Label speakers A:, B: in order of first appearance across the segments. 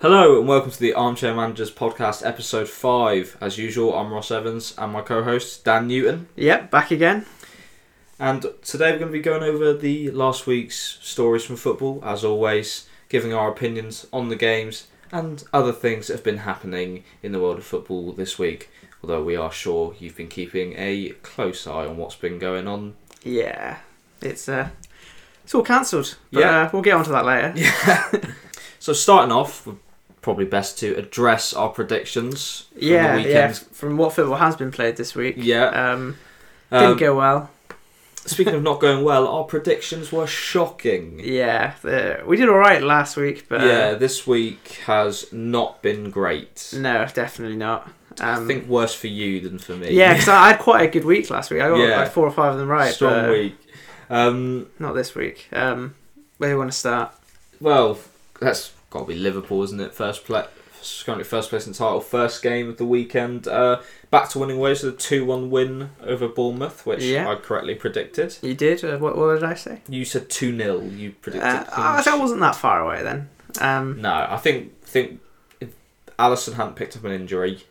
A: Hello and welcome to the Armchair Managers podcast, episode five. As usual, I'm Ross Evans and my co-host Dan Newton,
B: Yep, back again.
A: and today we're going to be going over the last week's stories from football, as always, giving our opinions on the games and other things that have been happening in the world of football this week. Although we are sure you've been keeping a close eye on what's been going on.
B: Yeah, it's uh, it's all cancelled. But,
A: Yeah.
B: uh, we'll get onto that later.
A: So starting off, we're probably best to address our predictions. from the
B: yeah, yeah.
A: weekend.
B: From what football has been played this week,
A: yeah.
B: um, didn't
A: Um,
B: go well.
A: Speaking of not going well, our predictions were shocking.
B: Yeah, the, we did all right last week, but uh,
A: yeah, this week has not been great.
B: no, definitely not. Um,
A: I think worse for you than for me.
B: yeah, because I had quite a good week last week. I got
A: Yeah.
B: like four or five of them right. uh,
A: strong
B: but
A: week. Um,
B: Not this week. Um, where do you want to start?
A: well, that's got to be Liverpool, isn't it? First place, currently first place in the title. First game of the weekend. Uh, back to winning ways with a two-one win over Bournemouth, which
B: Yeah.
A: I correctly predicted.
B: You did. Uh, what, what did I say?
A: You said two 0 You predicted.
B: Uh,
A: clean
B: oh, that
A: sheet.
B: wasn't that far away then. Um,
A: No, I think think if Allison hadn't picked up an injury,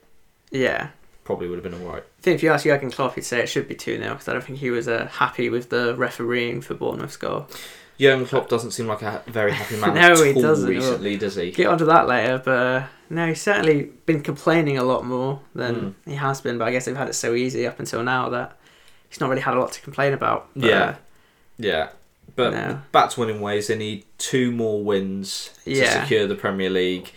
B: yeah.
A: probably would have been all right.
B: I think if you ask Jurgen Klopp, he'd say it should be 2 0 because I don't think he was uh, happy with the refereeing for Bournemouth's goal.
A: Hmm. Jurgen Klopp doesn't seem like a ha- very happy man
B: No,
A: at
B: he
A: all
B: doesn't.
A: recently, does he?
B: Get onto that later, but uh, no, he's certainly been complaining a lot more than
A: Mm.
B: he has been, but I guess they've had it so easy up until now that he's not really had a lot to complain about. But,
A: Yeah.
B: uh,
A: Yeah. But
B: No.
A: back to winning ways, they need two more wins to
B: Yeah.
A: secure the Premier League.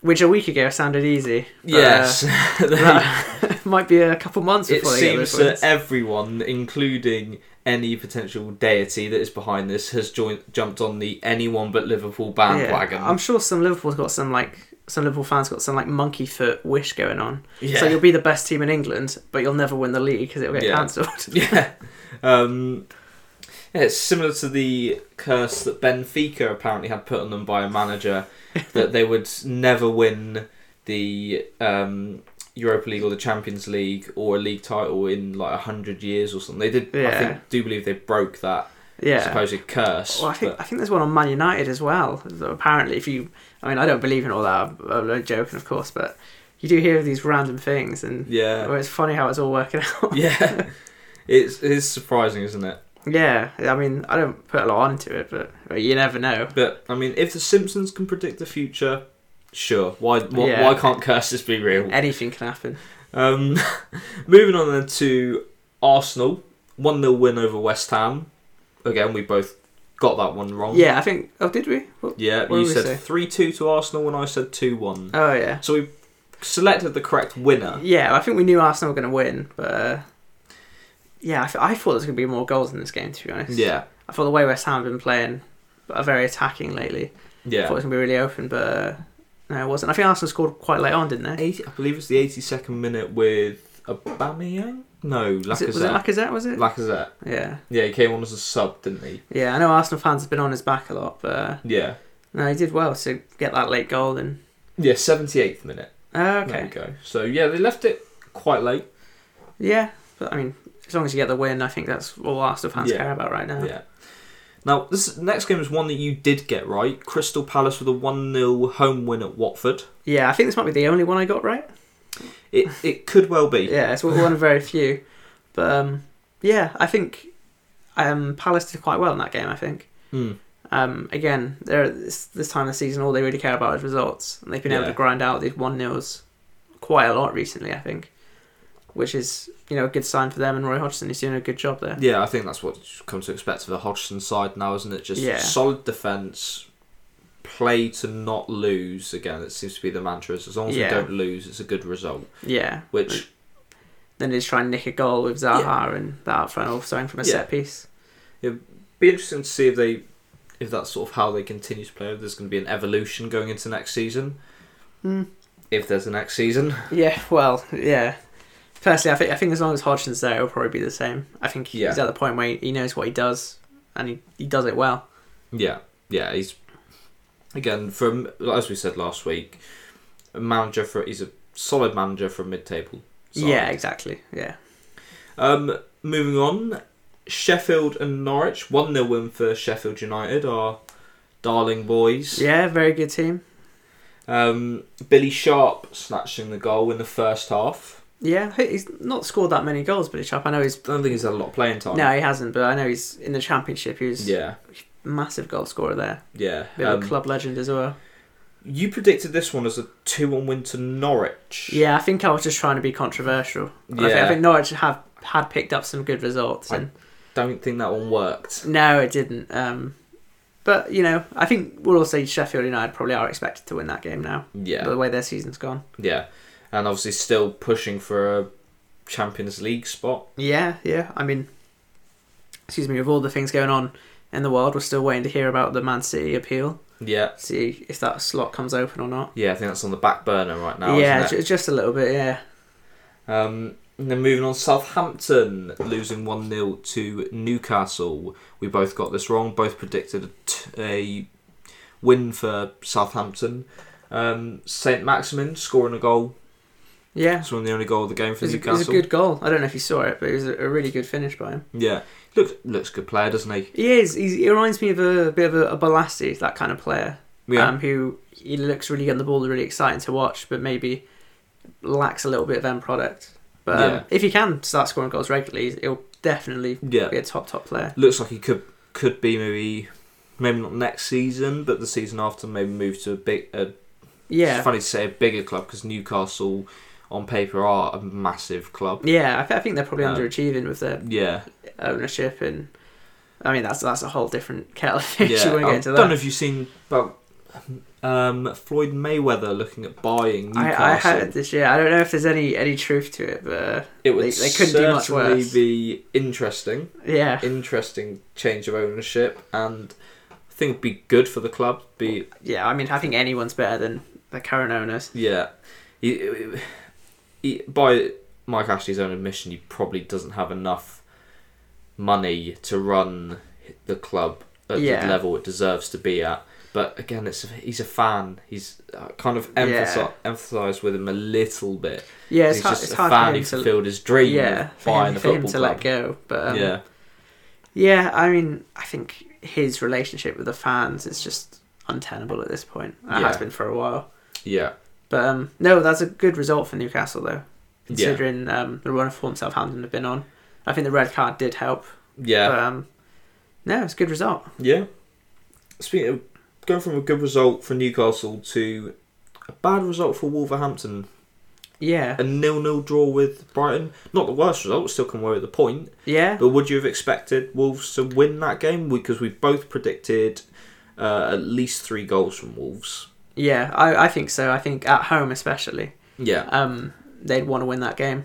B: Which a week ago sounded easy. but,
A: yes.
B: uh, that might be a couple months
A: it
B: before they
A: seems
B: get those
A: that
B: wins.
A: everyone, including any potential deity that is behind this, has joined, jumped on the anyone but Liverpool bandwagon.
B: I'm sure some Liverpool's got some like some Liverpool fans got some like monkey foot wish going on.
A: yeah.
B: So you'll be the best team in England, but you'll never win the league because it'll get
A: Yeah.
B: cancelled.
A: yeah. Um, yeah, it's similar to the curse that Benfica apparently had put on them by a manager that they would never win the um, Europa League or the Champions League or a league title in like hundred years or something. They did, I
B: Yeah.
A: think, do believe they broke that
B: yeah.
A: supposed curse.
B: Well, I think
A: but-
B: I think there's one on Man United as well. So apparently, if you, I mean, I don't believe in all that. I'm, I'm only joking, of course, but you do hear of these random things, and
A: yeah,
B: well, it's funny how it's all working out.
A: yeah, it's it's surprising, isn't it?
B: yeah, I mean, I don't put a lot onto it, but, but you never know.
A: But I mean, if the Simpsons can predict the future, sure. Why why,
B: Yeah.
A: why can't curses be real?
B: Anything can happen.
A: Um, moving on then to Arsenal, one 0 win over West Ham. Again, we both got that one wrong.
B: Yeah, I think. Oh, did we? What-
A: yeah.
B: What
A: you
B: did we say?
A: said three two to Arsenal, and I said two one.
B: Oh yeah.
A: so we selected the correct winner.
B: Yeah, I think we knew Arsenal were going to win, but uh, yeah, I, th- I thought there was going to be more goals in this game. To be honest,
A: Yeah,
B: I thought the way West Ham have been playing are very attacking lately. I thought it
A: yeah.
B: was going to be really open, but uh, no, it wasn't. I think Arsenal scored quite late on, didn't they?
A: 80, I believe it's the eighty second minute with Aubameyang. No,
B: Was it, was it
A: Lacazette.
B: Lacazette? Was it?
A: Lacazette.
B: yeah,
A: Yeah, he came on as a sub, didn't he?
B: yeah. I know Arsenal fans have been on his back a lot, but uh,
A: Yeah.
B: no, he did well to get that late goal. And
A: Yeah, seventy eighth minute.
B: oh,
A: There
B: okay,
A: we go. So yeah, they left it quite late.
B: yeah. But I mean, as long as you get the win, I think that's all Arsenal fans
A: Yeah.
B: care about right now.
A: Yeah. Now, this next game is one that you did get right. Crystal Palace with a 1 0 home win at Watford.
B: Yeah, I think this might be the only one I got right.
A: It it could well be.
B: Yeah, it's one of very few. But um, yeah, I think um, Palace did quite well in that game. I think.
A: Hmm.
B: Um, again, they're, this, this time of the season, all they really care about is results, and they've been able
A: Yeah.
B: to grind out these one nils quite a lot recently. I think, which is you know a good sign for them, and Roy Hodgson is doing a good job there.
A: Yeah, I think that's what you come to expect for the Hodgson side now, isn't it? Just
B: Yeah.
A: solid defence, play to not lose. Again, it seems to be the mantra. As long as
B: Yeah.
A: we don't lose, it's a good result.
B: Yeah,
A: Which,
B: then he's trying to nick a goal with Zaha and that up front, also from a
A: Yeah.
B: set piece.
A: be interesting to see if they. If that's sort of how they continue to play, if there's going to be an evolution going into next season,
B: Hmm.
A: if there's a next season,
B: Yeah, well, yeah. Personally, I think I think as long as Hodgson's there, it'll probably be the same. I think
A: Yeah.
B: he's at the point where he knows what he does, and he, he does it well.
A: Yeah, yeah, he's again from as we said last week, a manager for he's a solid manager for mid-table. side.
B: Yeah, exactly. Yeah.
A: Um, moving on, Sheffield and Norwich one 0 win for Sheffield United. Our darling boys.
B: Yeah, very good team.
A: Um, Billy Sharp snatching the goal in the first half.
B: Yeah, he- he's not scored that many goals, but Sharp. I know he's
A: I don't think he's had a lot of playing time.
B: no, he hasn't, but I know he's in the championship. He was
A: Yeah,
B: massive goal scorer there,
A: yeah.
B: bit of a
A: Um,
B: club legend as well.
A: you predicted this one as a 2 1 win to Norwich.
B: Yeah, I think I was just trying to be controversial. And I, think, I
A: Yeah.
B: think Norwich have had picked up some good results, and
A: Don't think that one worked.
B: no, it didn't. Um, but you know, I think we'll all say Sheffield United probably are expected to win that game now.
A: Yeah.
B: The way their season's gone.
A: Yeah, and obviously still pushing for a Champions League spot.
B: Yeah, yeah. I mean, excuse me, with all the things going on in the world, we're still waiting to hear about the Man City appeal.
A: Yeah,
B: See if that slot comes open or not.
A: yeah, I think that's on the back burner right now.
B: yeah,
A: isn't
B: ju- just a little bit. Yeah,
A: it? Um, and then moving on, Southampton losing one 0 to Newcastle. We both got this wrong. Both predicted a, t- a win for Southampton. Um, Saint Maximin scoring a goal.
B: yeah.
A: It's one of the only goal of the game for
B: It was, a, it
A: Newcastle.
B: was a good goal. I don't know if you saw it, but it was a, a really good finish by him.
A: Yeah, looks looks a good player, doesn't he?
B: He is. He's, he reminds me of a bit of a, a Balassi, that kind of player.
A: Yeah,
B: Um, who he looks really good on the ball, really exciting to watch, but maybe lacks a little bit of end product. But um,
A: Yeah.
B: if he can start scoring goals regularly, he'll definitely
A: yeah.
B: be a top top player.
A: looks like he could could be maybe maybe not next season, but the season after maybe move to a big. A,
B: Yeah.
A: It's funny to say a bigger club because Newcastle on paper are a massive club.
B: Yeah, I, th- I think they're probably
A: Um,
B: underachieving with their
A: Yeah,
B: ownership, and I mean that's that's a whole different kettle of fish.
A: yeah.
B: you won't
A: I
B: get into
A: don't know
B: that.
A: if you've seen about um, Floyd Mayweather looking at buying Newcastle.
B: I, I heard this year. I don't know if there's any any truth to it, but uh,
A: it would
B: they- they couldn't do much
A: certainly
B: worse.
A: be interesting,
B: yeah,
A: interesting change of ownership, and I think it'd be good for the club. Be
B: yeah. I mean, I think anyone's better than the current owners.
A: Yeah, he, he, by Mike Ashley's own admission, he probably doesn't have enough money to run the club at
B: Yeah.
A: the level it deserves to be at. But again, it's he's a fan. He's uh, kind of
B: Yeah.
A: emphasized, emphasized with him a little bit.
B: Yeah, it's
A: he's
B: hard.
A: just
B: It's
A: a
B: hard
A: fan
B: for him
A: who
B: to
A: fulfilled his dream
B: yeah
A: of
B: for
A: buying
B: him,
A: a
B: for him
A: football
B: to
A: club.
B: let go. But um, yeah,
A: yeah,
B: I mean, I think his relationship with the fans is just untenable at this point. It
A: Yeah.
B: has been for a while.
A: yeah,
B: But um, no, that's a good result for Newcastle though,
A: Yeah.
B: considering um, the run of form Southampton have been on. I think the red card did help.
A: yeah.
B: But, um, no, it's a good result.
A: Yeah. Speaking of going from a good result for Newcastle to a bad result for Wolverhampton,
B: Yeah,
A: a nil-nil draw with Brighton. Not the worst result, still come away with a point.
B: yeah,
A: But would you have expected Wolves to win that game? Because we both predicted uh, at least three goals from Wolves.
B: yeah. I, I think so. I think at home especially,
A: Yeah,
B: um, they'd want to win that game.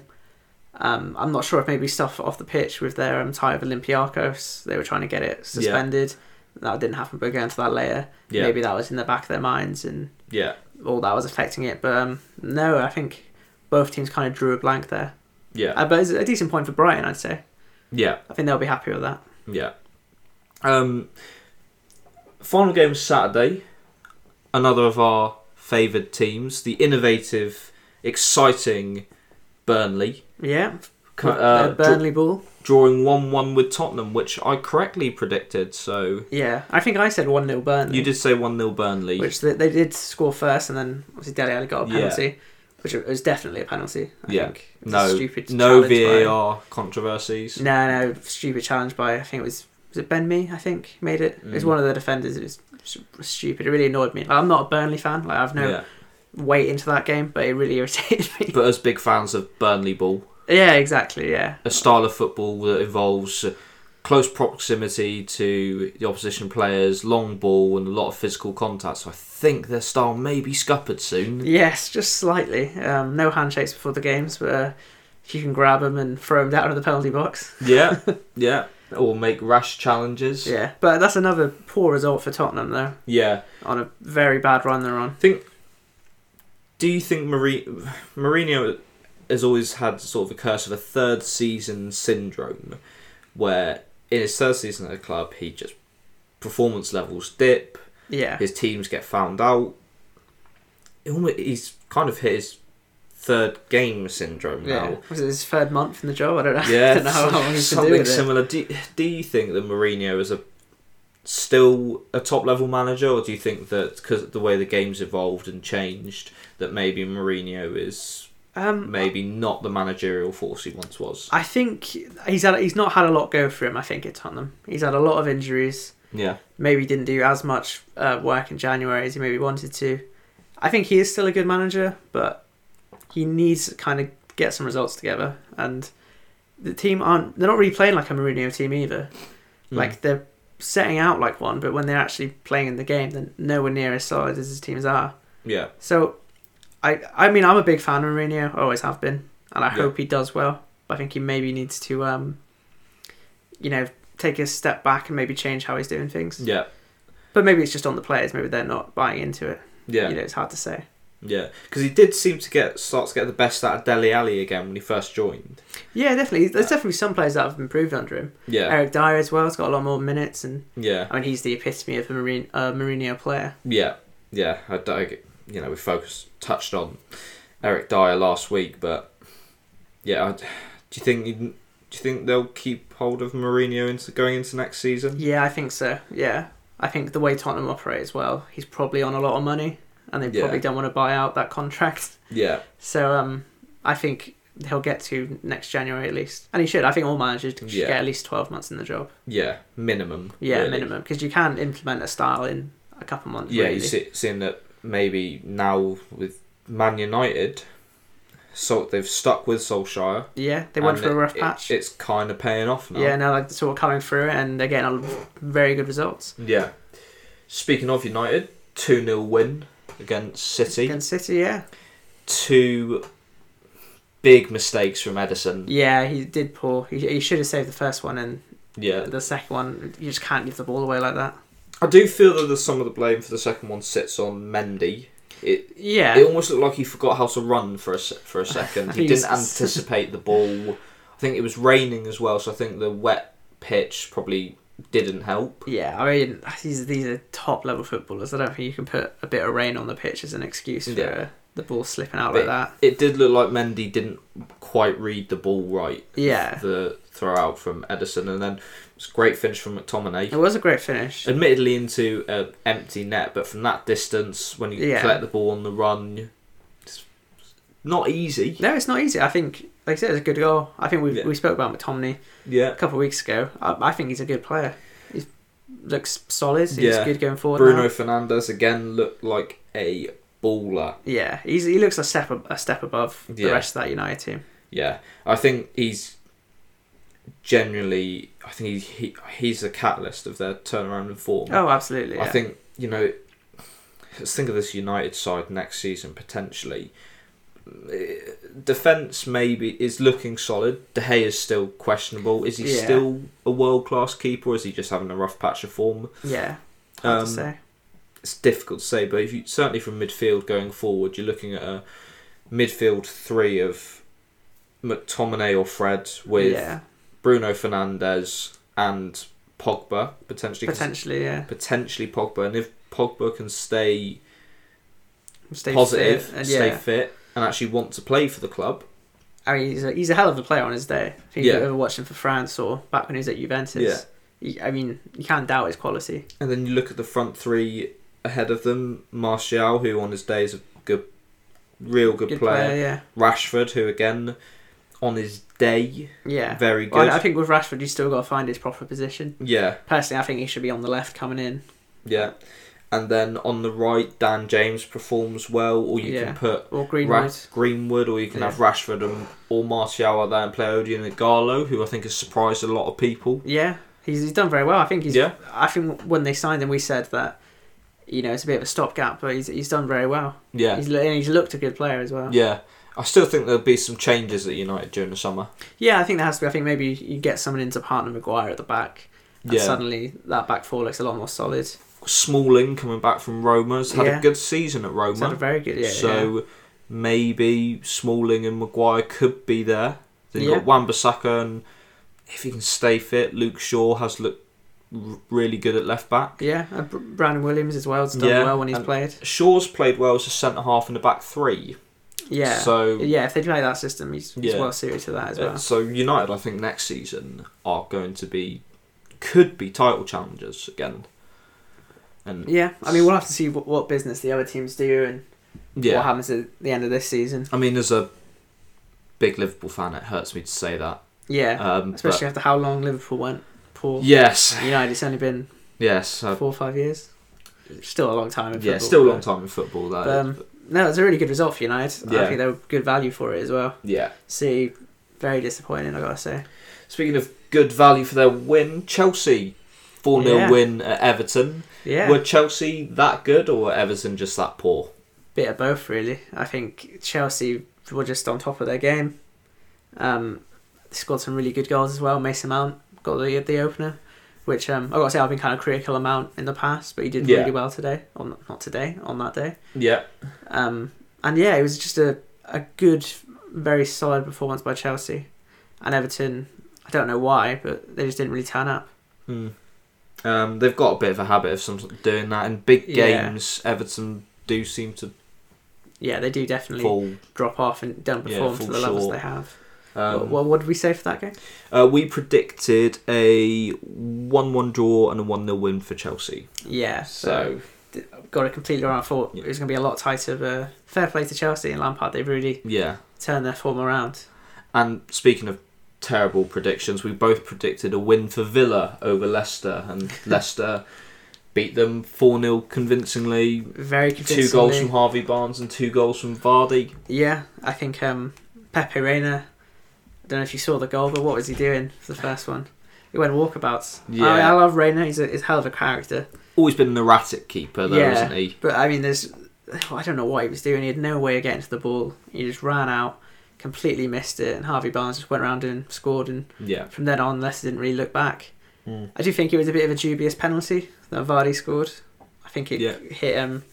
B: Um, I'm not sure if maybe stuff off the pitch with their um, tie with Olympiacos. They were trying to get it suspended. That didn't happen. But going to that later,
A: Yeah.
B: maybe that was in the back of their minds and
A: yeah,
B: all that was affecting it. But um, no, I think both teams kind of drew a blank there.
A: yeah,
B: Uh, but it's a decent point for Brighton, I'd say.
A: yeah,
B: I think they'll be happy with that.
A: yeah. Um, final game Saturday. Another of our favoured teams, the innovative, exciting Burnley.
B: Yeah,
A: co-
B: With
A: uh,
B: their Burnley ball.
A: dra- drawing 1 1 with Tottenham, which I correctly predicted, so
B: Yeah, I think I said one 0 Burnley,
A: You did say one 0 Burnley.
B: which they, they did score first, and then obviously Dele Alli got a
A: Yeah.
B: penalty, which was definitely a penalty. I
A: Yeah.
B: think. It was a
A: no,
B: stupid
A: no
B: challenge by-
A: VAR controversies.
B: no, no stupid challenge by I think it was was it Ben Mee I think made it. It was
A: Mm.
B: one of the defenders. It was s- stupid. It really annoyed me. Like, I'm not a Burnley fan. Like I've no
A: Yeah.
B: weight into that game, but it really irritated me.
A: But as big fans of Burnley ball,
B: yeah, exactly. Yeah,
A: a style of football that involves close proximity to the opposition players, long ball, and a lot of physical contact. So I think their style may be scuppered soon.
B: Yes, just slightly. Um, no handshakes before the games, but uh, if you can grab them and throw them down in the penalty box.
A: Yeah, yeah. Or make rash challenges.
B: Yeah, but that's another poor result for Tottenham, though,
A: yeah.
B: on a very bad run they're on.
A: think. Do you think Marie, Mourinho has always had sort of a curse of a third season syndrome, where in his third season at the club he just performance levels dip,
B: Yeah,
A: his teams get found out. He almo- He's kind of hit his third game syndrome
B: yeah.
A: now.
B: Was it his third month in the job? I don't know. I
A: Yeah,
B: don't know how long he's been
A: something
B: doing it.
A: similar. Do, do you think that Mourinho is a still a top level manager, or do you think that because the way the game's evolved and changed, that maybe Mourinho is
B: Um,
A: maybe not the managerial force he once was?
B: I think he's had he's not had a lot go for him. I think at Tottenham, he's had a lot of injuries.
A: Yeah,
B: Maybe didn't do as much uh, work in January as he maybe wanted to. I think he is still a good manager, but he needs to kind of get some results together. And the team aren't they're not really playing like a Mourinho team either. Like they're setting out like one, but when they're actually playing in the game, they're nowhere near as solid as his teams are.
A: yeah,
B: So, I I mean I'm a big fan of Mourinho, I always have been, and I
A: Yeah.
B: hope he does well. But I think he maybe needs to, um, you know, take a step back and maybe change how he's doing things.
A: yeah,
B: But maybe it's just on the players. Maybe they're not buying into it.
A: yeah,
B: You know, it's hard to say.
A: yeah. Because he did seem to get start to get the best out of Deli Alley again when he first joined.
B: Yeah, definitely. There's definitely some players that have improved under him.
A: Uh, Yeah,
B: Eric Dyer as well. He's got a lot more minutes, and
A: yeah.
B: I mean he's the epitome of a Mourinho, uh, Mourinho player.
A: Yeah, yeah. I, d- I g- you know, we focused touched on Eric Dyer last week, but yeah, I, do you think you, do you think they'll keep hold of Mourinho into going into next season?
B: Yeah, I think so. Yeah, I think the way Tottenham operate as well, he's probably on a lot of money, and they
A: Yeah.
B: probably don't want to buy out that contract.
A: Yeah,
B: So um, I think he'll get to next January at least, and he should. I think all managers should
A: Yeah.
B: get at least twelve months in the job.
A: yeah. Minimum.
B: Yeah,
A: really.
B: minimum, because you can implement a style in a couple months.
A: Yeah,
B: really.
A: you see, seeing that maybe now with Man United, so they've stuck with Solskjaer.
B: yeah, they went
A: and
B: for a
A: it-
B: rough
A: it-
B: patch.
A: it's kind of paying off now.
B: Yeah, now they're sort of coming through it, and they're getting a, very good results
A: Yeah. Speaking of United, two 0 win against City.
B: against City. Yeah,
A: two big mistakes from Edison.
B: yeah, he did poor. He, he should have saved the first one, and
A: Yeah.
B: the second one you just can't give the ball away like that.
A: I do feel that the, some of the blame for the second one sits on Mendy. It
B: Yeah,
A: it almost looked like he forgot how to run for a se- for a second. He didn't
B: He's-
A: anticipate the ball. I think it was raining as well, so I think the wet pitch probably didn't help.
B: Yeah, I mean these these are top level footballers. I don't think you can put a bit of rain on the pitch as an excuse for
A: Yeah.
B: uh, the ball slipping out
A: But
B: like that.
A: It did look like Mendy didn't quite read the ball right.
B: Yeah.
A: The throw out from Edison and then it's a great finish from McTominay.
B: It was a great finish.
A: admittedly into an empty net, but from that distance, when you
B: Yeah.
A: collect the ball on the run, it's not easy.
B: No, it's not easy. I think, like I said, it's a good goal. I think we
A: Yeah.
B: we spoke about McTominay a
A: Yeah,
B: couple of weeks ago. I, I think he's a good player. He looks solid. He's
A: Yeah.
B: good going forward.
A: Bruno
B: now.
A: Fernandez again looked like a baller.
B: Yeah, he's, he looks a step ab- a step above
A: Yeah.
B: the rest of that United team.
A: Yeah, I think he's generally. I think he, he he's the catalyst of their turnaround in form.
B: Oh, absolutely.
A: I
B: yeah.
A: think you know. Let's think of this United side next season potentially. Defense maybe is looking solid. De Gea is still questionable. Is he
B: Yeah.
A: still a world class keeper, or is he just having a rough patch of form?
B: Yeah. Hard to
A: Um,
B: say.
A: it's difficult to say, but if you certainly from midfield going forward, you're looking at a midfield three of McTominay or Fred with
B: yeah,
A: Bruno Fernandez and Pogba potentially. 'cause-
B: potentially yeah.
A: potentially Pogba, and if Pogba can stay
B: Stay
A: positive,
B: fit and
A: stay
B: yeah.
A: fit, and actually want to play for the club.
B: I mean, Oh, he's a, he's a hell of a player on his day. If you
A: Yeah.
B: ever watched him for France or back when he was at Juventus, he- I mean, you can't doubt his quality.
A: And then you look at the front three ahead of them: Martial, who on his day is a good, real good, player.
B: yeah,
A: Rashford, who again on his day
B: yeah.
A: very good.
B: Well, I I think with Rashford, you still got to find his proper position.
A: yeah,
B: Personally, I think he should be on the left coming in.
A: yeah. And then on the right, Dan James performs well, or you
B: Yeah.
A: can put.
B: Or
A: Ra-
B: Greenwood.
A: Greenwood, or you can
B: Yeah.
A: have Rashford and or Martial are there and play Odion and Garlo, who I think has surprised a lot of people.
B: Yeah, he's, he's done very well. I think he's.
A: Yeah.
B: I think when they signed him, we said that, you know, it's a bit of a stopgap, but he's, he's done very well.
A: Yeah,
B: He's, and he's looked a good player as well.
A: Yeah, I still think there'll be some changes at United during the summer.
B: Yeah, I think that has to be. I think maybe you get someone into partner Maguire at the back, and
A: Yeah.
B: suddenly that back four looks a lot more solid.
A: Smalling coming back from Roma's had
B: Yeah.
A: a good season at Roma,
B: He's had a very good yeah.
A: so maybe Smalling and Maguire could be there. Then you've got Wan-Bissaka and if he can stay fit, Luke Shaw has looked r- really good at left back.
B: yeah, yeah. and Br- Brandon Williams as well has done
A: Yeah,
B: well when he's
A: and-
B: played.
A: Shaw's played well as a centre half and a back three.
B: Yeah,
A: So
B: yeah. If they play that system, he's, he's
A: Yeah.
B: well suited to that as
A: uh,
B: well.
A: so United, I think next season are going to be could be title challengers again. And
B: Yeah, I mean, we'll have to see what, what business the other teams do and
A: yeah,
B: what happens at the end of this season.
A: I mean, as a big Liverpool fan, it hurts me to say that.
B: Yeah,
A: Um,
B: especially after how long Liverpool went poor.
A: but yes,
B: United, it's only been
A: yes, uh,
B: four or five years. Still a long time. In
A: yeah,
B: football,
A: still a long
B: but-
A: time in football. That
B: but,
A: is,
B: um, No, it's a really good result for United. I
A: Yeah.
B: think they were good value for it as well.
A: but yeah.
B: See, very disappointing, I gotta say.
A: Speaking of good value for their win, Chelsea. 4 0
B: Yeah.
A: win at Everton.
B: Yeah,
A: Were Chelsea that good or were Everton just that poor?
B: bit of both really. I think Chelsea were just on top of their game. Um, they scored some really good goals as well. Mason Mount got the the opener, which um, I gotta say I've been kind of critical of Mount in the past, but he did
A: Yeah.
B: really well today. On not today, on that day.
A: Yeah.
B: Um, and yeah, it was just a, a good, very solid performance by Chelsea. And Everton, I don't know why, but they just didn't really turn up.
A: Hmm. Um, they've got a bit of a habit of some doing that. In big
B: Yeah.
A: games, Everton do seem to
B: Yeah, they do definitely
A: fall. Um,
B: drop off and don't
A: Yeah,
B: perform to
A: fall
B: the levels
A: short.
B: they have.
A: Um,
B: what, what, what did we say for that game?
A: Uh, we predicted a 1 1 draw and a 1 0 win for Chelsea.
B: Yeah, so
A: So,
B: got it completely wrong. I thought
A: Yeah.
B: it was going to be a lot tighter. But uh, fair play to Chelsea and Lampard. They really
A: yeah.
B: turned their form around.
A: And speaking of terrible predictions, we both predicted a win for Villa over Leicester, and Leicester beat them 4 0 convincingly.
B: Very
A: Two goals
B: convincingly.
A: from Harvey Barnes and two goals from Vardy.
B: Yeah, I think um, Pepe Reina. I don't know if you saw the goal, but what was he doing for the first one? He went walkabouts.
A: Yeah.
B: I, I love Reina. He's a, he's a hell of a character.
A: Always been an erratic keeper, though,
B: Yeah.
A: isn't he?
B: But I mean, there's I don't know what he was doing. He had no way of getting to the ball. He just ran out, completely missed it, and Harvey Barnes just went around and scored. And
A: Yeah.
B: from then on, Leicester didn't really look back.
A: Mm.
B: I do think it was a bit of a dubious penalty that Vardy scored. I think it
A: Yeah.
B: hit um,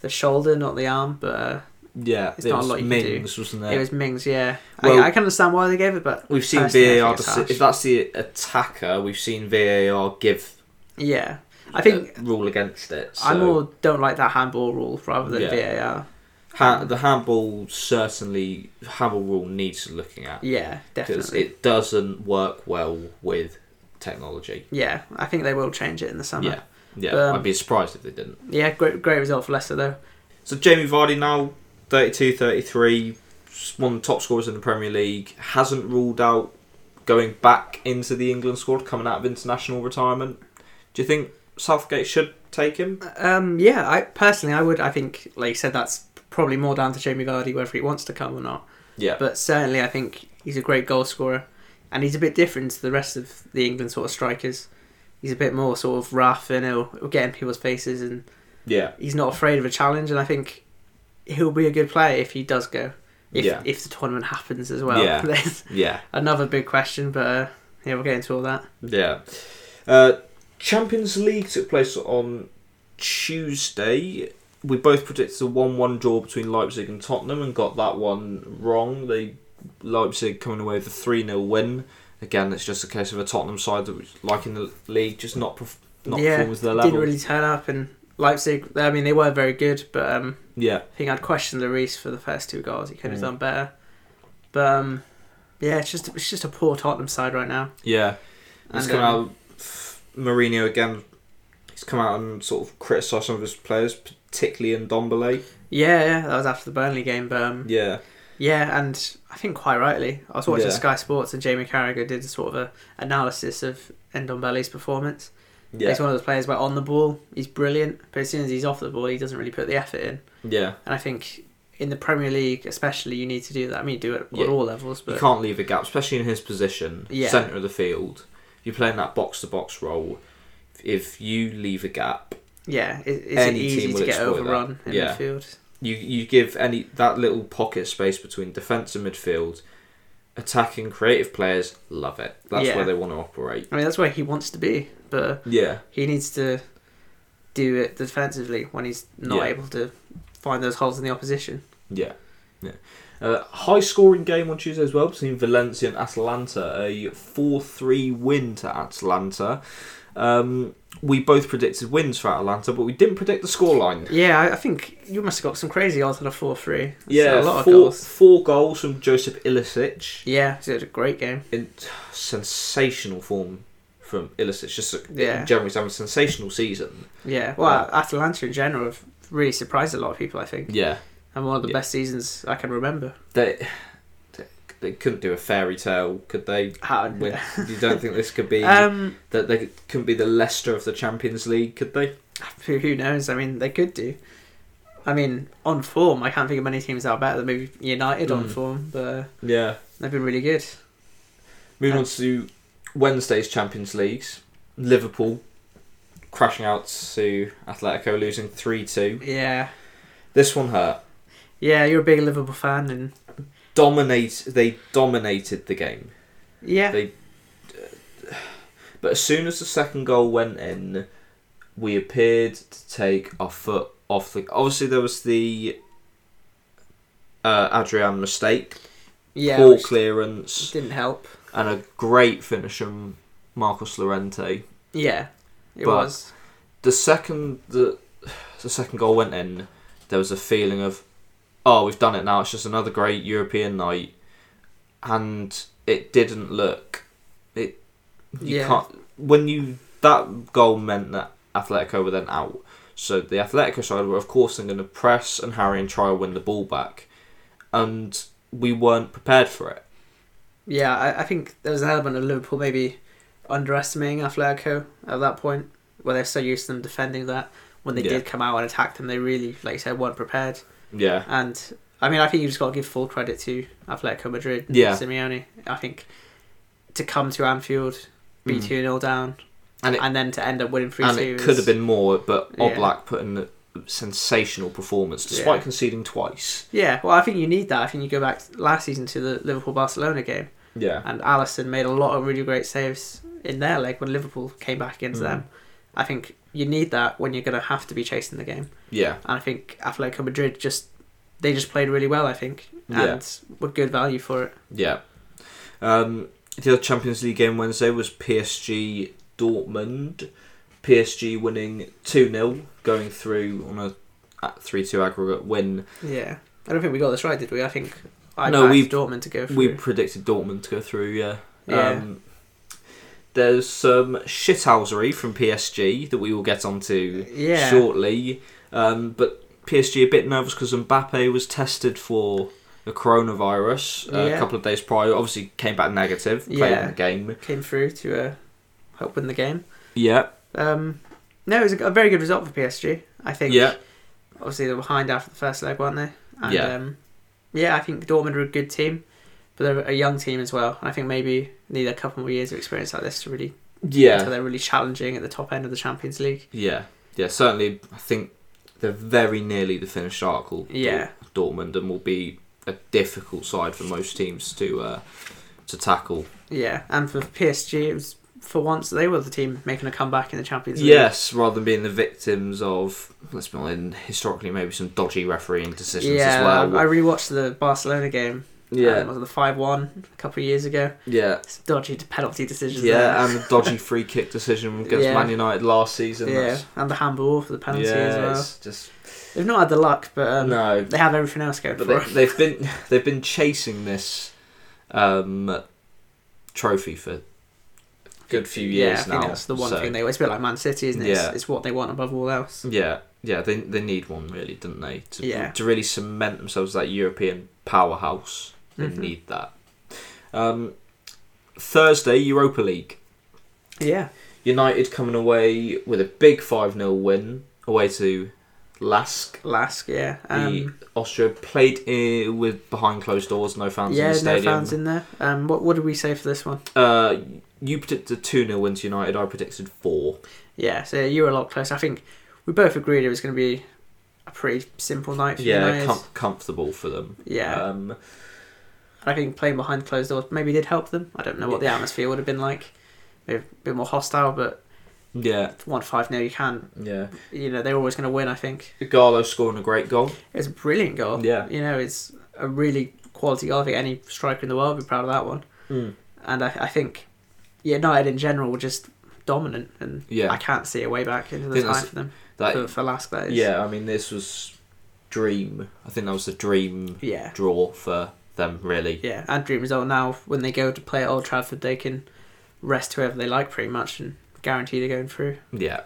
B: the shoulder, not the arm, but uh,
A: Yeah.
B: It's
A: it
B: not a
A: was
B: lot you can do.
A: Mings, wasn't it?
B: it was Mings. Yeah,
A: Well-
B: I, I can understand why they gave it, but
A: We've seen
B: Personally, I think
A: VAR.
B: it's
A: deci-
B: harsh.
A: if that's the attacker, we've seen VAR give.
B: yeah, I think
A: uh, rule against it.
B: I
A: so-
B: more don't like that handball rule rather than
A: Yeah.
B: VAR.
A: Ha- the handball certainly handball rule needs looking at
B: Yeah,
A: because
B: definitely.
A: it doesn't work well with technology.
B: Yeah, I think they will change it in the summer.
A: Yeah, yeah,
B: Um,
A: I'd be surprised if they didn't.
B: Yeah, great, great result for Leicester though.
A: So Jamie Vardy now 32-33, one of the top scorers in the Premier League, hasn't ruled out going back into the England squad coming out of international retirement. Do you think Southgate should take him?
B: Um, yeah, I personally I would. I think, like you said, that's probably more down to Jamie Vardy whether he wants to come or not.
A: Yeah,
B: But certainly, I think he's a great goal scorer, and he's a bit different to the rest of the England sort of strikers. He's a bit more sort of rough and he'll, he'll get in people's faces, and
A: yeah,
B: he's not afraid of a challenge. And I think he'll be a good player if he does go. If,
A: Yeah.
B: if the tournament happens as well,
A: Yeah.
B: There's-
A: yeah.
B: Another big question, but uh, yeah, we'll get into all that.
A: Yeah. Uh, Champions League took place on Tuesday. We both predicted a 1 1 draw between Leipzig and Tottenham and got that one wrong. They Leipzig coming away with a 3 0 win. Again, it's just a case of a Tottenham side that was, like in the league, just not, perf- not
B: yeah,
A: performing to their level.
B: didn't really turn up, and Leipzig. I mean, they were very good, but um,
A: Yeah.
B: I think I'd question Lloris for the first two goals. He could have
A: Mm.
B: done better, but um, yeah, it's just it's just a poor Tottenham side right now.
A: Yeah. He's
B: And,
A: come
B: um,
A: out. Mourinho again. He's come out and sort of criticised some of his players, particularly in Dombele.
B: Yeah, yeah, that was after the Burnley game, but um, yeah.
A: Yeah.
B: and I think quite rightly. I was watching
A: Yeah.
B: Sky Sports, and Jamie Carragher did sort of a analysis of Ndombele's performance.
A: Yeah.
B: He's one of those players where on the ball he's brilliant, but as soon as he's off the ball, he doesn't really put the effort in.
A: Yeah.
B: And I think in the Premier League, especially, you need to do that. I mean, you do it
A: Yeah.
B: at all levels,
A: You
B: but
A: can't leave a gap, especially in his position,
B: Yeah.
A: centre of the field. If you're playing that box to box role, if you leave a gap,
B: yeah, it, it's
A: Any team
B: easy
A: will
B: to get
A: exploit that.
B: overrun in
A: Yeah.
B: midfield.
A: you you give any that little pocket space between defence and midfield, attacking creative players love it. That's
B: Yeah.
A: where they want to operate.
B: I mean, that's where he wants to be, but
A: Yeah,
B: he needs to do it defensively when he's not
A: Yeah.
B: able to find those holes in the opposition.
A: yeah, yeah. Uh, high scoring game on Tuesday as well between Valencia and Atalanta. A four three win to Atalanta. Um, we both predicted wins for Atalanta, but we didn't predict the scoreline.
B: Yeah, I, I think you must have got some crazy odds on a four-three.
A: Yeah,
B: a lot
A: four,
B: of goals.
A: four goals from Joseph Ilicic
B: Yeah, so it was a great game.
A: in sensational form from Ilicic. Just uh,
B: Yeah.
A: in general, he's having a sensational season.
B: Yeah, well, Atalanta in general have really surprised a lot of people, I think,
A: Yeah,
B: and one of the
A: Yeah.
B: best seasons I can remember.
A: they they- they couldn't do a fairy tale, could they?
B: How-
A: With, you don't think this could be
B: um,
A: that they couldn't be the Leicester of the Champions League, could they?
B: who, who knows? I mean, they could do. I mean, on form, I can't think of many teams that are better than maybe United on
A: Mm.
B: form, but uh,
A: Yeah.
B: they've been really good.
A: Moving
B: Uh,
A: on to Wednesday's Champions Leagues, Liverpool crashing out to Atletico, losing three two.
B: Yeah,
A: This one hurt.
B: yeah, you're a big Liverpool fan, and
A: Dominate. They dominated the game.
B: yeah,
A: They- But as soon as the second goal went in, we appeared to take our foot off the. Obviously, there was the uh, Adrian mistake,
B: yeah,
A: poor
B: which
A: clearance,
B: didn't help.
A: and a great finish from Marcos Llorente.
B: Yeah, it
A: But-
B: was.
A: The second the the second goal went in, there was a feeling of, oh, we've done it now. It's just another great European night, and it didn't look. It you
B: Yeah.
A: can't when you that goal meant that Atletico were then out. So the Atletico side were of course then going to press and Harry and try and win the ball back, and we weren't prepared for it.
B: Yeah, I, I think there was an element of Liverpool maybe underestimating Atletico at that point, where they're so used to them defending that. When they
A: Yeah.
B: did come out and attack them, they really, like you said, weren't prepared.
A: Yeah,
B: And I mean, I think you just got to give full credit to Atletico Madrid,
A: Yeah.
B: Simeone. I think to come to Anfield, be
A: Mm.
B: two 0 down,
A: And it-
B: and, then to end up winning three two.
A: and it could have been more, but
B: Yeah.
A: Oblak put in a sensational performance despite
B: Yeah.
A: conceding twice.
B: Yeah, well, I think you need that. I think you go back last season to the Liverpool Barcelona game,
A: Yeah,
B: and Allison made a lot of really great saves in their leg when Liverpool came back against
A: Mm.
B: them. I think you need that when you're going to have to be chasing the game.
A: yeah,
B: And I think Atletico Madrid just they just played really well. I think
A: Yeah.
B: and were good value for it.
A: yeah. Um, the other Champions League game Wednesday was PSG Dortmund. PSG winning two 0 going through on a three two aggregate win.
B: Yeah, I don't think we got this right, did we? I think I
A: No,
B: no,
A: we-
B: we Dortmund to go through.
A: We predicted Dortmund to go through, yeah.
B: Yeah.
A: Um, there's some shithousery from PSG that we will get onto
B: yeah,
A: shortly. Um, but PSG a bit nervous because Mbappe was tested for the coronavirus uh, a
B: Yeah.
A: couple of days prior. Obviously came back negative, played
B: Yeah.
A: in the game.
B: came through to uh, help win the game.
A: Yeah,
B: Um, no, it was a, a very good result for PSG. I think.
A: Yeah.
B: Obviously, they were behind after the first leg, weren't they? And,
A: Yeah.
B: Um, yeah, I think Dortmund are a good team, but they're a young team as well. And I think maybe need a couple more years of experience like this to really until
A: yeah,
B: they're really challenging at the top end of the Champions League.
A: yeah, yeah. Certainly, I think they're very nearly the finished article. Dort-
B: Yeah.
A: Dortmund and will be a difficult side for most teams to uh, to tackle.
B: Yeah, and for PSG, it was for once they were the team making a comeback in the Champions League.
A: Yes, rather than being the victims of let's be honest, historically maybe some dodgy refereeing decisions as
B: Yeah,
A: well.
B: I rewatched the Barcelona game.
A: yeah,
B: um, was it the five one a couple of years ago?
A: yeah.
B: Some dodgy penalty decisions.
A: Yeah, and the dodgy free kick decision against
B: Yeah.
A: Man United last season.
B: there. yeah,
A: that's-
B: and the handball for the penalty
A: yeah,
B: as well.
A: it's just
B: They've not had the luck, but um,
A: no.
B: they have everything else going
A: But
B: for
A: they,
B: them.
A: they've been they've been chasing this um, trophy for a good few
B: Yeah, I
A: years
B: think
A: now.
B: that's the one
A: so-
B: thing they. It's a bit like Man City, isn't it? It's-
A: Yeah. Mm.
B: It's, what they want above all else.
A: Yeah, yeah, they they need one really, don't they? To,
B: Yeah.
A: to really cement themselves as that European powerhouse, they
B: Mhm.
A: need that. Um, Thursday, Europa League.
B: Yeah,
A: United coming away with a big 5 0 win away to Lask.
B: Lask. Yeah,
A: The
B: um,
A: Austria played in, with behind closed doors, no fans in
B: yeah,
A: the
B: no
A: stadium.
B: fans in there. Um, what what did we say for this one?
A: uh, you predicted 2 0 win to United, I predicted 4.
B: Yeah, so you were a lot closer. I think we both agreed it was going to be a pretty simple night for
A: Yeah,
B: United.
A: com- comfortable for them.
B: yeah,
A: Um,
B: And I think playing behind closed doors maybe did help them. I don't know what the atmosphere would have been like. Maybe a bit more hostile, but
A: yeah,
B: one five 0 you can.
A: yeah.
B: You know they're always going to win. I think
A: Garlo scoring a great goal.
B: it's a brilliant goal.
A: Yeah.
B: you know it's a really quality goal. I think any striker in the world would be proud of that one.
A: Hmm.
B: And I, I think United in general were just dominant, and
A: Yeah.
B: I can't see a way back into the
A: Think
B: tie
A: that's-
B: for them
A: That,
B: for, for Lask. That is
A: yeah, I mean, this was dream. I think that was the dream
B: yeah,
A: draw for them, really.
B: yeah. And dream result now when they go to play at Old Trafford, they can rest whoever they like pretty much and guaranteed they're going through.
A: Yeah.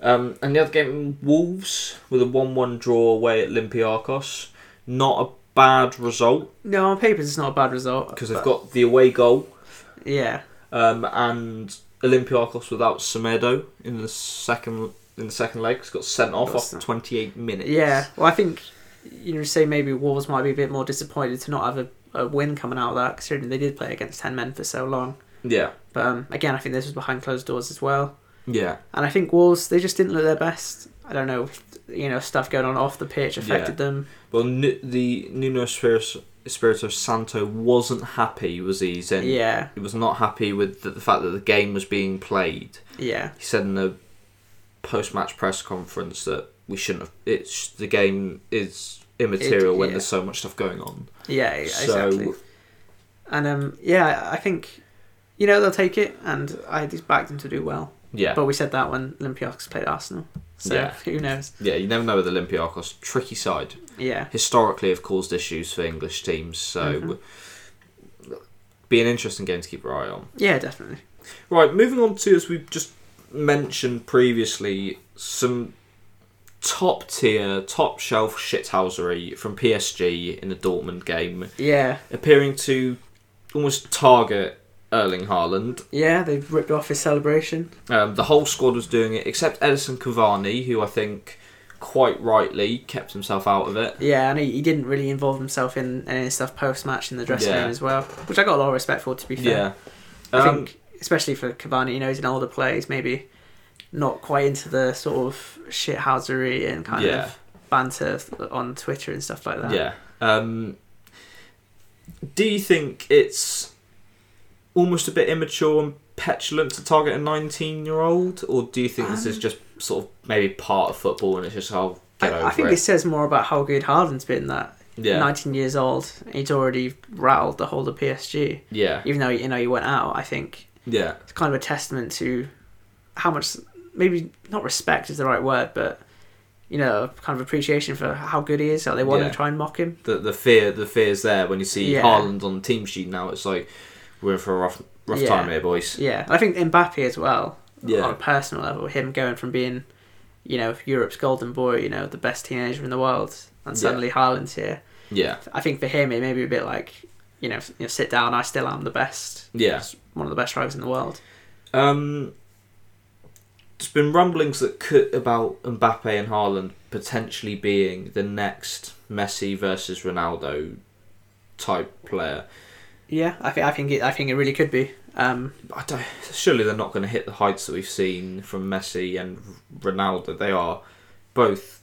A: Um, and the other game, Wolves, with a 1 1 draw away at Olympiacos. Not a bad result
B: No, on paper it's not a bad result
A: because they've
B: but-
A: got the away goal
B: yeah
A: um, and Olympiacos without Semedo in the second in the second leg. 'cause got sent off
B: Got
A: after
B: sent-
A: 28 minutes.
B: yeah. Well, I think you know, say maybe Wolves might be a bit more disappointed to not have a, a win coming out of that considering they did play against ten men for so long.
A: Yeah.
B: But um, again, I think this was behind closed doors as well.
A: Yeah.
B: And I think Wolves they just didn't look their best. I don't know, if, you know, stuff going on off the pitch affected them.
A: Well, nu- the Nuno Espirito, Espirito Santo wasn't happy, was he? He said
B: Yeah,
A: he was not happy with the, the fact that the game was being played.
B: yeah,
A: He said in the post-match press conference that we shouldn't have. It's the game is immaterial when
B: yeah.
A: there's so much stuff going on.
B: yeah, yeah,
A: so
B: exactly. And um, yeah, I think you know they'll take it, and I just backed them to do well.
A: yeah,
B: But we said that when Olympiacos played Arsenal, so
A: Yeah.
B: who knows?
A: yeah. You never know with Olympiacos. Tricky side.
B: Yeah,
A: historically have caused issues for English teams, so
B: Mm-hmm.
A: be an interesting game to keep your eye on.
B: yeah, definitely.
A: Right, moving on to as we just mentioned previously, some top tier, top shelf shithousery from PSG in the Dortmund game,
B: Yeah,
A: appearing to almost target Erling Haaland.
B: yeah, they ripped off his celebration.
A: Um, the whole squad was doing it except Edison Cavani, who I think quite rightly kept himself out of it.
B: Yeah, and he, he didn't really involve himself in any of the stuff post match in the dressing
A: Yeah.
B: room as well, which I got a lot of respect for. To be fair,
A: Yeah.
B: I
A: Um,
B: think, especially for Cavani, you know, he's an older player. He's maybe not quite into the sort of shithousery and kind
A: Yeah.
B: of banter th- on Twitter and stuff like that.
A: Yeah. Um, do you think it's almost a bit immature and petulant to target a 19 year old, or do you think this is just sort of maybe part of football and it's just I'll get
B: Um, I,
A: over
B: I think
A: it?
B: it says more about how good Harden's been that
A: yeah.
B: 19 years old, he's already rattled the whole of PSG.
A: yeah.
B: Even though, you know, he went out, I think
A: Yeah.
B: it's kind of a testament to how much, maybe not respect is the right word, but, you know, kind of appreciation for how good he is, how they want
A: Yeah.
B: to try and mock him.
A: The the fear the fear's there when you see
B: Yeah.
A: Haaland on the team sheet now. It's like we're in for a rough rough
B: Yeah.
A: time here, boys.
B: Yeah, and I think Mbappe as well.
A: Yeah.
B: On a personal level, him going from being, you know, Europe's golden boy, you know, the best teenager in the world, and
A: Yeah.
B: suddenly Haaland's here.
A: Yeah.
B: I think for him, it may be a bit like, you know, you know sit down. I still am the best.
A: Yeah.
B: It's one of the best strikers in the world.
A: Um, there's been rumblings that could about Mbappe and Haaland potentially being the next Messi versus Ronaldo type player.
B: Yeah, I think I think it, I think it really could be. Um,
A: I don't, surely they're not going to hit the heights that we've seen from Messi and Ronaldo. They are both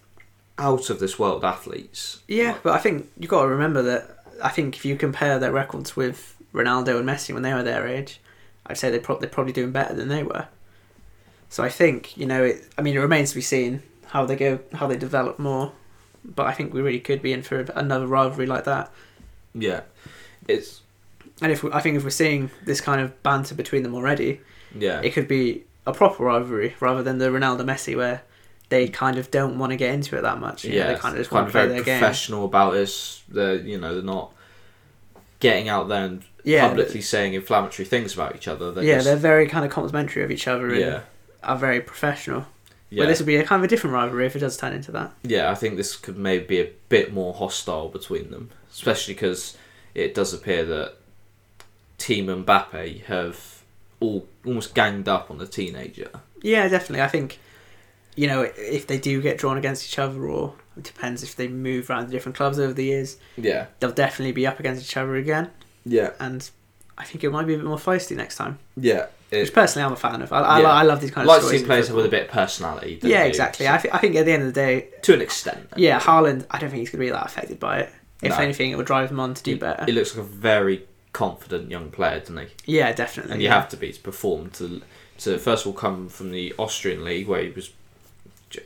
A: out of this world athletes.
B: yeah, but I think you've got to remember that. I think if you compare their records with Ronaldo and Messi when they were their age, I'd say they pro- they're probably doing better than they were. So I think you know, it, I mean, it remains to be seen how they go, how they develop more. But I think we really could be in for another rivalry like that.
A: Yeah, it's
B: And if we, I think if we're seeing this kind of banter between them already,
A: yeah,
B: it could be a proper rivalry rather than the Ronaldo Messi where they kind of don't want to get into it that much. You know,
A: yeah.
B: they kind of just
A: quite
B: want to play
A: very
B: their game.
A: professional about this. They're you know they're not getting out there and
B: Yeah,
A: publicly saying inflammatory things about each other. They're
B: yeah,
A: just-
B: they're very kind of complimentary of each other and
A: yeah,
B: are very professional.
A: yeah.
B: But this would be a kind of a different rivalry if it does turn into that.
A: yeah, I think this could maybe be a bit more hostile between them, especially because it does appear that Team Mbappe have all almost ganged up on the teenager.
B: Yeah, definitely. I think you know if they do get drawn against each other, or it depends if they move around to different clubs over the years,
A: Yeah,
B: they'll definitely be up against each other again.
A: yeah,
B: And I think it might be a bit more feisty next time,
A: yeah.
B: which personally I'm a fan of. I, I,
A: Yeah.
B: I love these kind of
A: like to
B: stories
A: see
B: in
A: players
B: football.
A: with a bit of personality. don't
B: Yeah,
A: you?
B: exactly.
A: So-
B: I, th- I think at the end of the day,
A: to an extent. then.
B: yeah, Haaland, I don't think he's going to be that affected by it. If
A: No.
B: anything, it will drive him on to do better.
A: He looks like a very confident young player, doesn't he?
B: yeah, definitely.
A: And you have to be to perform to to first of all come from the Austrian league where he was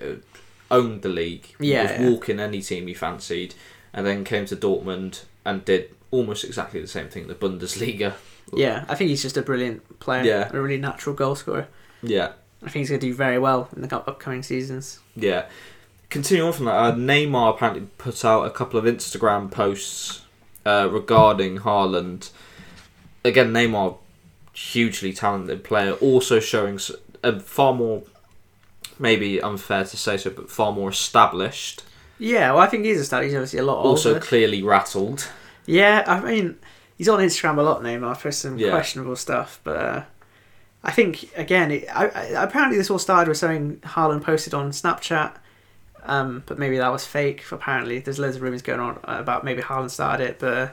A: uh, owned the league,
B: Yeah,
A: was
B: yeah.
A: walking any team he fancied, and then came to Dortmund and did almost exactly the same thing in the Bundesliga.
B: Yeah, I think he's just a brilliant player.
A: Yeah.
B: and a really natural goal scorer.
A: Yeah,
B: I think he's going to do very well in the co- upcoming seasons.
A: yeah. Continuing on from that, uh, Neymar apparently put out a couple of Instagram posts uh, regarding Haaland. Again, Neymar hugely talented player, also showing s- a far more, maybe unfair to say so, but far more established.
B: Yeah, well, I think he's a star. He's obviously a lot older.
A: Also clearly rattled.
B: yeah, I mean, he's on Instagram a lot, Neymar, for some
A: Yeah.
B: questionable stuff. But uh, I think, again, it, I, I, apparently this all started with something Haaland posted on Snapchat. Um, but maybe that was fake, apparently. There's loads of rumours going on uh, about maybe Haaland started it. But uh,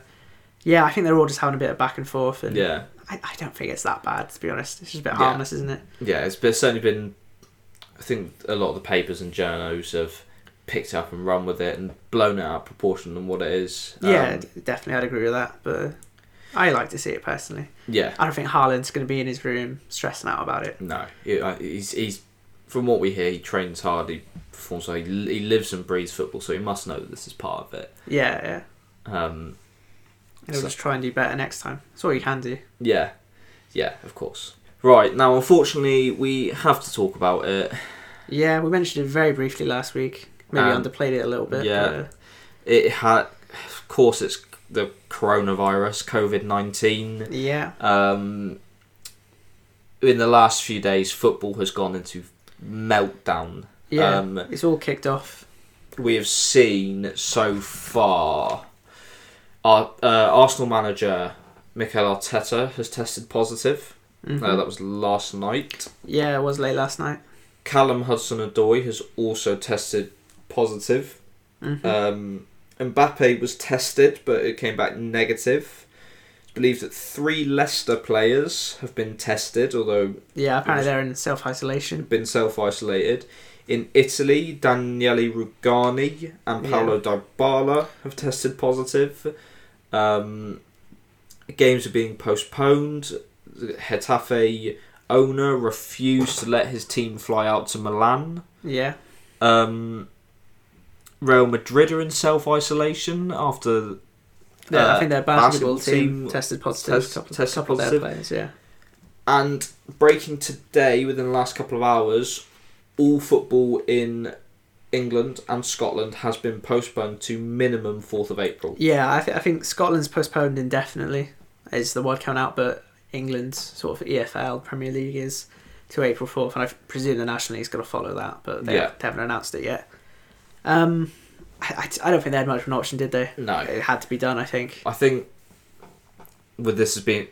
B: yeah, I think they're all just having a bit of back and forth. And
A: Yeah,
B: I, I don't think it's that bad, to be honest. It's just a bit
A: Yeah.
B: harmless, isn't it?
A: yeah. It's, it's certainly been. I think a lot of the papers and journos have picked up and run with it and blown it out of proportion than what it is.
B: yeah,
A: Um,
B: d- definitely, I'd agree with that. But uh, I like to see it personally.
A: yeah.
B: I don't think Haaland's going to be in his room stressing out about it.
A: No, he- I- he's he's from what we hear, he trains hard, he performs hard, he, li- he lives and breathes football, so he must know that this is part of it.
B: Yeah, yeah.
A: Um,
B: And he'll
A: So-
B: just try and do better next time. That's all you can do.
A: yeah, yeah, of course. Right now, unfortunately, we have to talk about it.
B: Yeah, we mentioned it very briefly last week. Maybe
A: Um,
B: underplayed it a little bit.
A: yeah.
B: but, uh,
A: It had, of course, it's the coronavirus, COVID nineteen.
B: yeah.
A: Um, in the last few days, football has gone into meltdown.
B: Yeah.
A: Um,
B: it's all kicked off.
A: we have seen so far. Our uh, Arsenal manager Mikel Arteta has tested positive.
B: Mhm.
A: Uh, that was last night.
B: yeah, it was late last night.
A: Callum Hudson-Odoi has also tested positive.
B: Mhm.
A: Um, Mbappe was tested, but it came back negative. It's believed that three Leicester players have been tested, although
B: yeah, apparently
A: was-
B: they're in self isolation.
A: been self-isolated. In Italy, Daniele Rugani and Paolo Dybala have tested positive. Um, games are being postponed. The Getafe owner refused to let his team fly out to Milan.
B: Yeah.
A: Um, Real Madrid are in self-isolation after
B: Yeah, I
A: Uh,
B: think their basketball,
A: basketball
B: team,
A: team
B: tested positive.
A: test-
B: couple,
A: tested
B: couple of their
A: positive.
B: players, yeah.
A: And breaking today, within the last couple of hours, all football in England and Scotland has been postponed to minimum 4th of April.
B: Yeah, I, th- I think Scotland's postponed indefinitely. Is the word coming out, but England's sort of EFL Premier League is to April fourth, and I presume the National League's going to follow that, but they,
A: Yeah.
B: they haven't announced it yet. Um, I, I, I don't think they had much of an option, did they?
A: No.
B: It had to be done, I think.
A: I think with this has been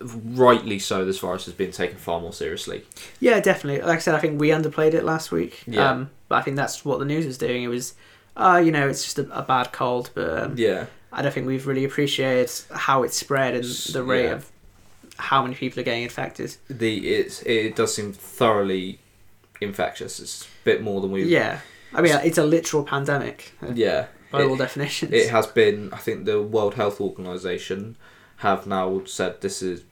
A: rightly so this virus has been taken far more seriously
B: Yeah, definitely. Like I said, I think we underplayed it last week.
A: Yeah.
B: Um, but I think that's what the news was doing. It was, uh, you know, it's just a, a bad cold, but um,
A: yeah
B: I don't think we've really appreciated how it's spread and the rate
A: Yeah.
B: of how many people are getting infected.
A: the it's it does seem thoroughly infectious it's a bit more than we
B: Yeah. I mean, it's a literal pandemic uh,
A: yeah
B: by all
A: It-
B: definitions.
A: It has been. I think the World Health Organization have now said this is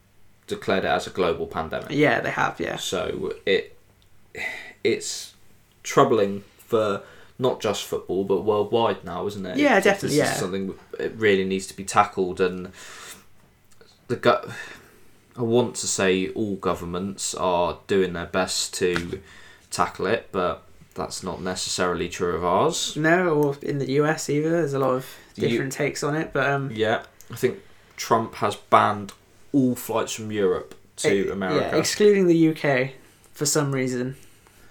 A: declared it as a global pandemic.
B: yeah, they have, yeah.
A: So it it's troubling for not just football but worldwide now, isn't it?
B: Yeah,
A: It- This
B: definitely, yeah.
A: is something it really needs to be tackled, and the go- I want to say all governments are doing their best to tackle it, but that's not necessarily true of ours.
B: No, or in the US either. There's a lot of
A: You-
B: different takes on it, but um,
A: Yeah, I think Trump has banned all flights from Europe to
B: it-
A: America.
B: Eh, e- Yeah, excluding the UK for some reason.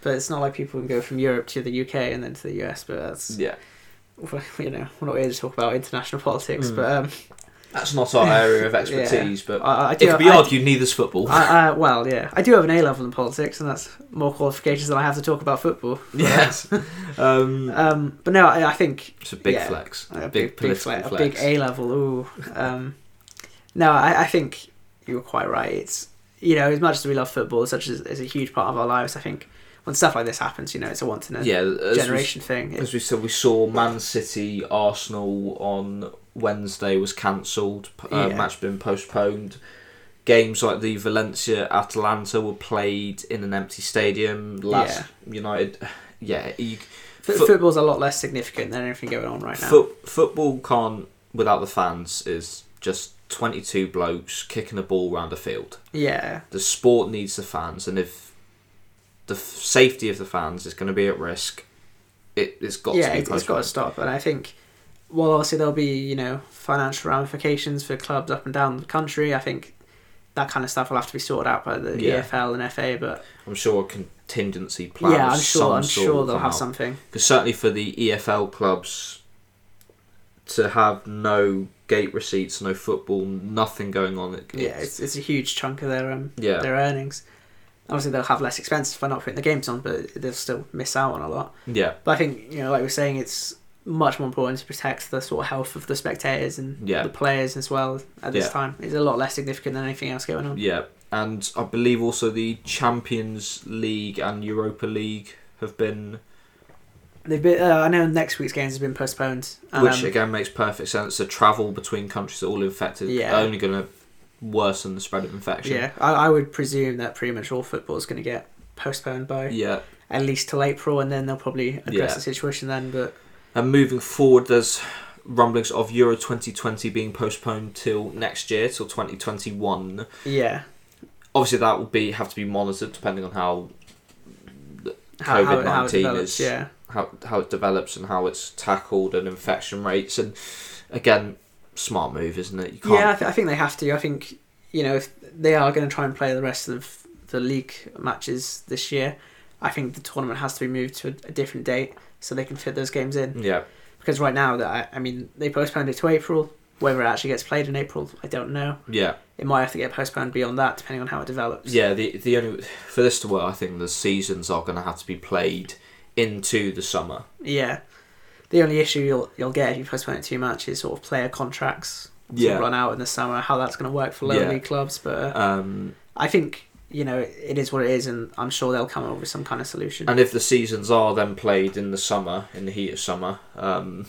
B: But it's not like people can go from Europe to the UK and then to the US. But that's
A: yeah,
B: you know we're not here to talk about international politics.
A: Mm.
B: But um,
A: that's not our area of
B: Yeah.
A: expertise, but
B: I, I
A: it
B: do.
A: could be
B: I,
A: argued neither's football.
B: I, I, well, yeah, I do have an A level in politics, and that's more qualifications than I have to talk about football.
A: yes, um,
B: Um, but no, I, I think
A: it's a big
B: yeah.
A: flex,
B: a
A: a big,
B: big, big
A: political
B: fle-
A: flex.
B: a big A level. Ooh, um, no, I, I think you were quite right. It's you know, as much as we love football, such as is a huge part of our lives. I think when stuff like this happens, you know, it's a once in a
A: yeah, as
B: Uh, generation thing.
A: We,
B: It's,
A: as we said, we saw Man City, Arsenal on Wednesday was cancelled. p- Uh,
B: Yeah.
A: Match been postponed. Games like the Valencia Atalanta were played in an empty stadium. Last United, yeah, you,
B: fo-
A: fo-
B: football's a lot less significant than anything going on right now.
A: Foot, football can't without the fans is just 22 blokes kicking a ball round a field.
B: yeah,
A: The sport needs the fans, and if the f- safety of the fans is going to be at risk, it, it's got
B: yeah,
A: to be
B: it, it's got to
A: postponed.
B: stop. And I think while obviously there'll be you know financial ramifications for clubs up and down the country, I think that kind of stuff will have to be sorted out by the
A: Yeah.
B: EFL and FA. But
A: I'm sure a contingency plan.
B: yeah,
A: of
B: I'm
A: some
B: sure I'm
A: sort
B: sure
A: will
B: they'll
A: come
B: have
A: out.
B: something.
A: Because certainly for the EFL clubs to have no gate receipts, no football, nothing going on. It,
B: Yeah, it's, it's a huge chunk of their um
A: yeah,
B: their earnings. Obviously, they'll have less expenses for not putting the games on, but they'll still miss out on a lot.
A: yeah,
B: But I think you know, like we're saying, it's much more important to protect the sort of health of the spectators and
A: Yeah.
B: the players as well at this
A: Yeah.
B: time. It's a lot less significant than anything else going on.
A: yeah. And I believe also the Champions League and Europa League have been,
B: They've been, uh, I know next week's games have been postponed. Um,
A: which again makes perfect sense. The travel between countries are all infected.
B: Yeah.
A: only going to worsen the spread of infection.
B: yeah, I, I would presume that pretty much all football is going to get postponed by
A: yeah.
B: at least till April, and then they'll probably address
A: Yeah.
B: the situation then. But
A: And moving forward, there's rumblings of Euro 2020 being postponed till next year, till 2021.
B: yeah,
A: Obviously, that will be have to be monitored depending on how
B: how, how, it- how it
A: COVID-19
B: develops,
A: is-
B: yeah.
A: how how it develops and how it's tackled and infection rates. And again, smart move, isn't it? You can't.
B: Yeah, I, th- I think they have to. I think you know if they are going to try and play the rest of the league matches this year, I think the tournament has to be moved to a, a different date so they can fit those games in.
A: Yeah,
B: Because right now, that I, I mean, they postponed it to April. Whether it actually gets played in April, I don't know.
A: yeah,
B: It might have to get postponed beyond that, depending on how it develops.
A: yeah. The the only for this to work, I think the seasons are going to have to be played into the summer.
B: Yeah. The only issue you'll you'll get if you postpone it too much is sort of player contracts to
A: Yeah.
B: run out in the summer. How that's going to work for lower
A: Yeah.
B: league clubs, but uh,
A: Um,
B: I think you know it is what it is, and I'm sure they'll come up with some kind of solution.
A: and if the seasons are then played in the summer, in the heat of summer, um,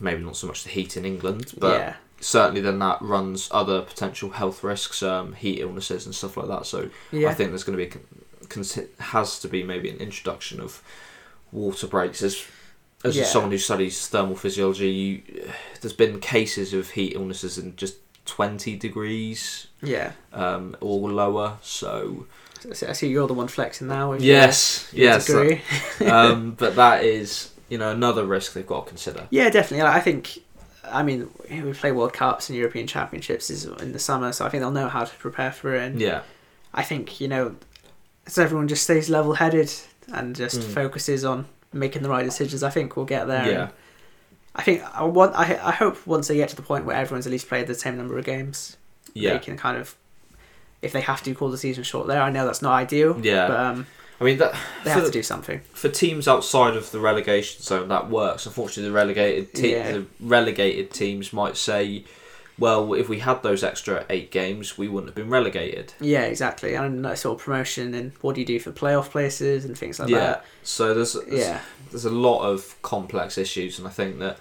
A: maybe not so much the heat in England, but
B: yeah,
A: certainly then that runs other potential health risks, um, heat illnesses and stuff like that. So
B: yeah,
A: I think there's going to be a con- consi- has to be maybe an introduction of water breaks. As as
B: Yeah.
A: someone who studies thermal physiology, you, there's been cases of heat illnesses in just 20 degrees
B: yeah.
A: um, or lower. So
B: I see- I see you're the one flexing now. with your-
A: yes, uh,
B: your
A: yes,
B: degree.
A: um, but that is you know another risk they've got to consider.
B: yeah, definitely. Like, I think. I mean, we play World Cups and European Championships is in the summer, so I think they'll know how to prepare for it. And
A: Yeah,
B: I think you know, as everyone just stays level-headed and just
A: Mm.
B: focuses on making the right decisions, I think we'll get there.
A: yeah.
B: And I think I want. I, I hope once they get to the point where everyone's at least played the same number of games, they
A: Yeah,
B: can kind of, if they have to call the season short there, I know that's not ideal,
A: yeah.
B: but um,
A: I mean, that,
B: they
A: for,
B: have to do something.
A: for teams outside of the relegation zone, that works. Unfortunately, the relegated te-
B: Yeah.
A: the relegated teams might say, "Well, if we had those extra eight games, we wouldn't have been relegated."
B: Yeah, exactly. And that sort of promotion and what do you do for playoff places and things like
A: yeah.
B: that.
A: So there's, there's
B: Yeah,
A: there's a lot of complex issues, and I think that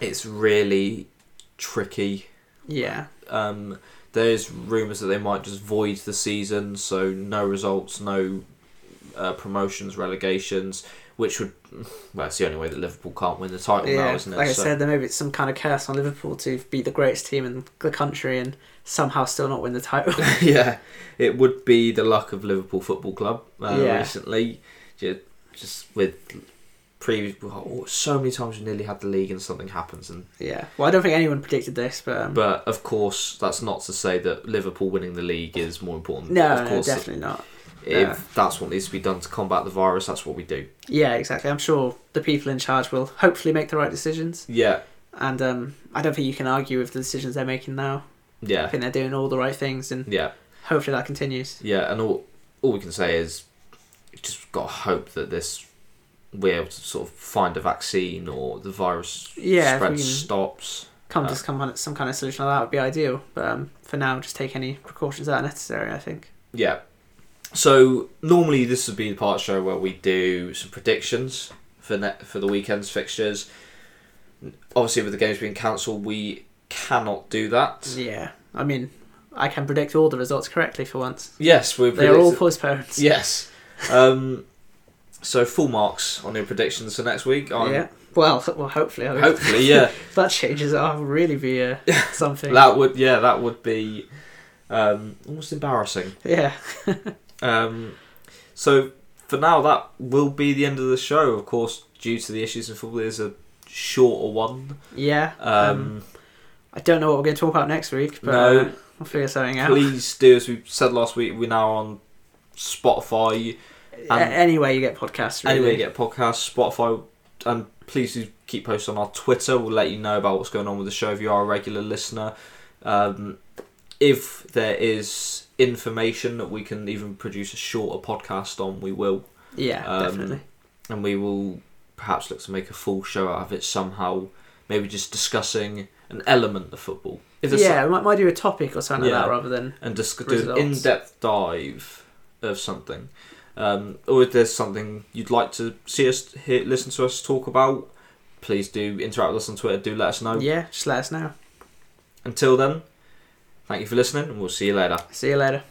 A: it's really tricky.
B: yeah,
A: Um, there's rumours that they might just void the season, so no results, no uh, promotions, relegations, which would well, it's the only way that Liverpool can't win the title now,
B: yeah.
A: isn't it?
B: Like I
A: So-
B: said, there maybe it's some kind of curse on Liverpool to be the greatest team in the country and somehow still not win the title.
A: yeah, it would be the luck of Liverpool Football Club uh,
B: Yeah.
A: recently. Ju- Just with previous, oh, so many times we nearly had the league and something happens, and
B: yeah. Well, I don't think anyone predicted this, but, um,
A: but of course that's not to say that Liverpool winning the league is more important.
B: no,
A: of
B: no,
A: course,
B: definitely not.
A: if
B: no.
A: that's what needs to be done to combat the virus, that's what we do.
B: Yeah, exactly. I'm sure the people in charge will hopefully make the right decisions,
A: Yeah,
B: and um, I don't think you can argue with the decisions they're making now. I
A: yeah,
B: think they're doing all the right things, and
A: yeah.
B: hopefully that continues.
A: Yeah, and all all we can say is just got to hope that this we're able to sort of find a vaccine or the virus
B: Yeah, if
A: spread
B: we can-
A: stops.
B: Come
A: Uh,
B: to some kind of, some kind of solution like that would be ideal, but um, for now, just take any precautions that are necessary. I think.
A: Yeah. So normally this would be the part of the show where we do some predictions for net for the weekend's fixtures. Obviously, with the games being cancelled, we cannot do that.
B: Yeah, I mean, I can predict all the results correctly for once.
A: Yes, we're
B: They are all postponed.
A: yes. Um, so full marks on your predictions for next week. I'm-
B: Yeah. Well, well, hopefully, I mean,
A: Hopefully, yeah.
B: if that changes. I'll really be uh, something.
A: That would yeah, that would be um, almost embarrassing.
B: yeah.
A: Um, so for now, that will be the end of the show. Of course, due to the issues in football, there's a shorter one.
B: Yeah.
A: Um,
B: I don't know what we're going to talk about next week, but
A: No.
B: uh, I'll figure something out.
A: Please do as we said last week. We're now on Spotify. um,
B: A- anyway, you get podcasts. Really.
A: Anywhere you get podcasts, Spotify, and please do keep posting on our Twitter. We'll let you know about what's going on with the show if you are a regular listener. Um, if there is information that we can even produce a shorter podcast on, we will,
B: yeah,
A: um,
B: definitely.
A: and we will perhaps look to make a full show out of it somehow. Maybe just discussing an element of football. If there's
B: Yeah, we might, might do a topic or something like
A: Yeah.
B: that rather than
A: and just do an
B: Results.
A: in-depth dive of something, um, or if there's something you'd like to see us hear, listen to us talk about, please do interact with us on Twitter. Do let us know.
B: yeah. Just let us know.
A: Until then, thank you for listening, and we'll see you later.
B: See you later.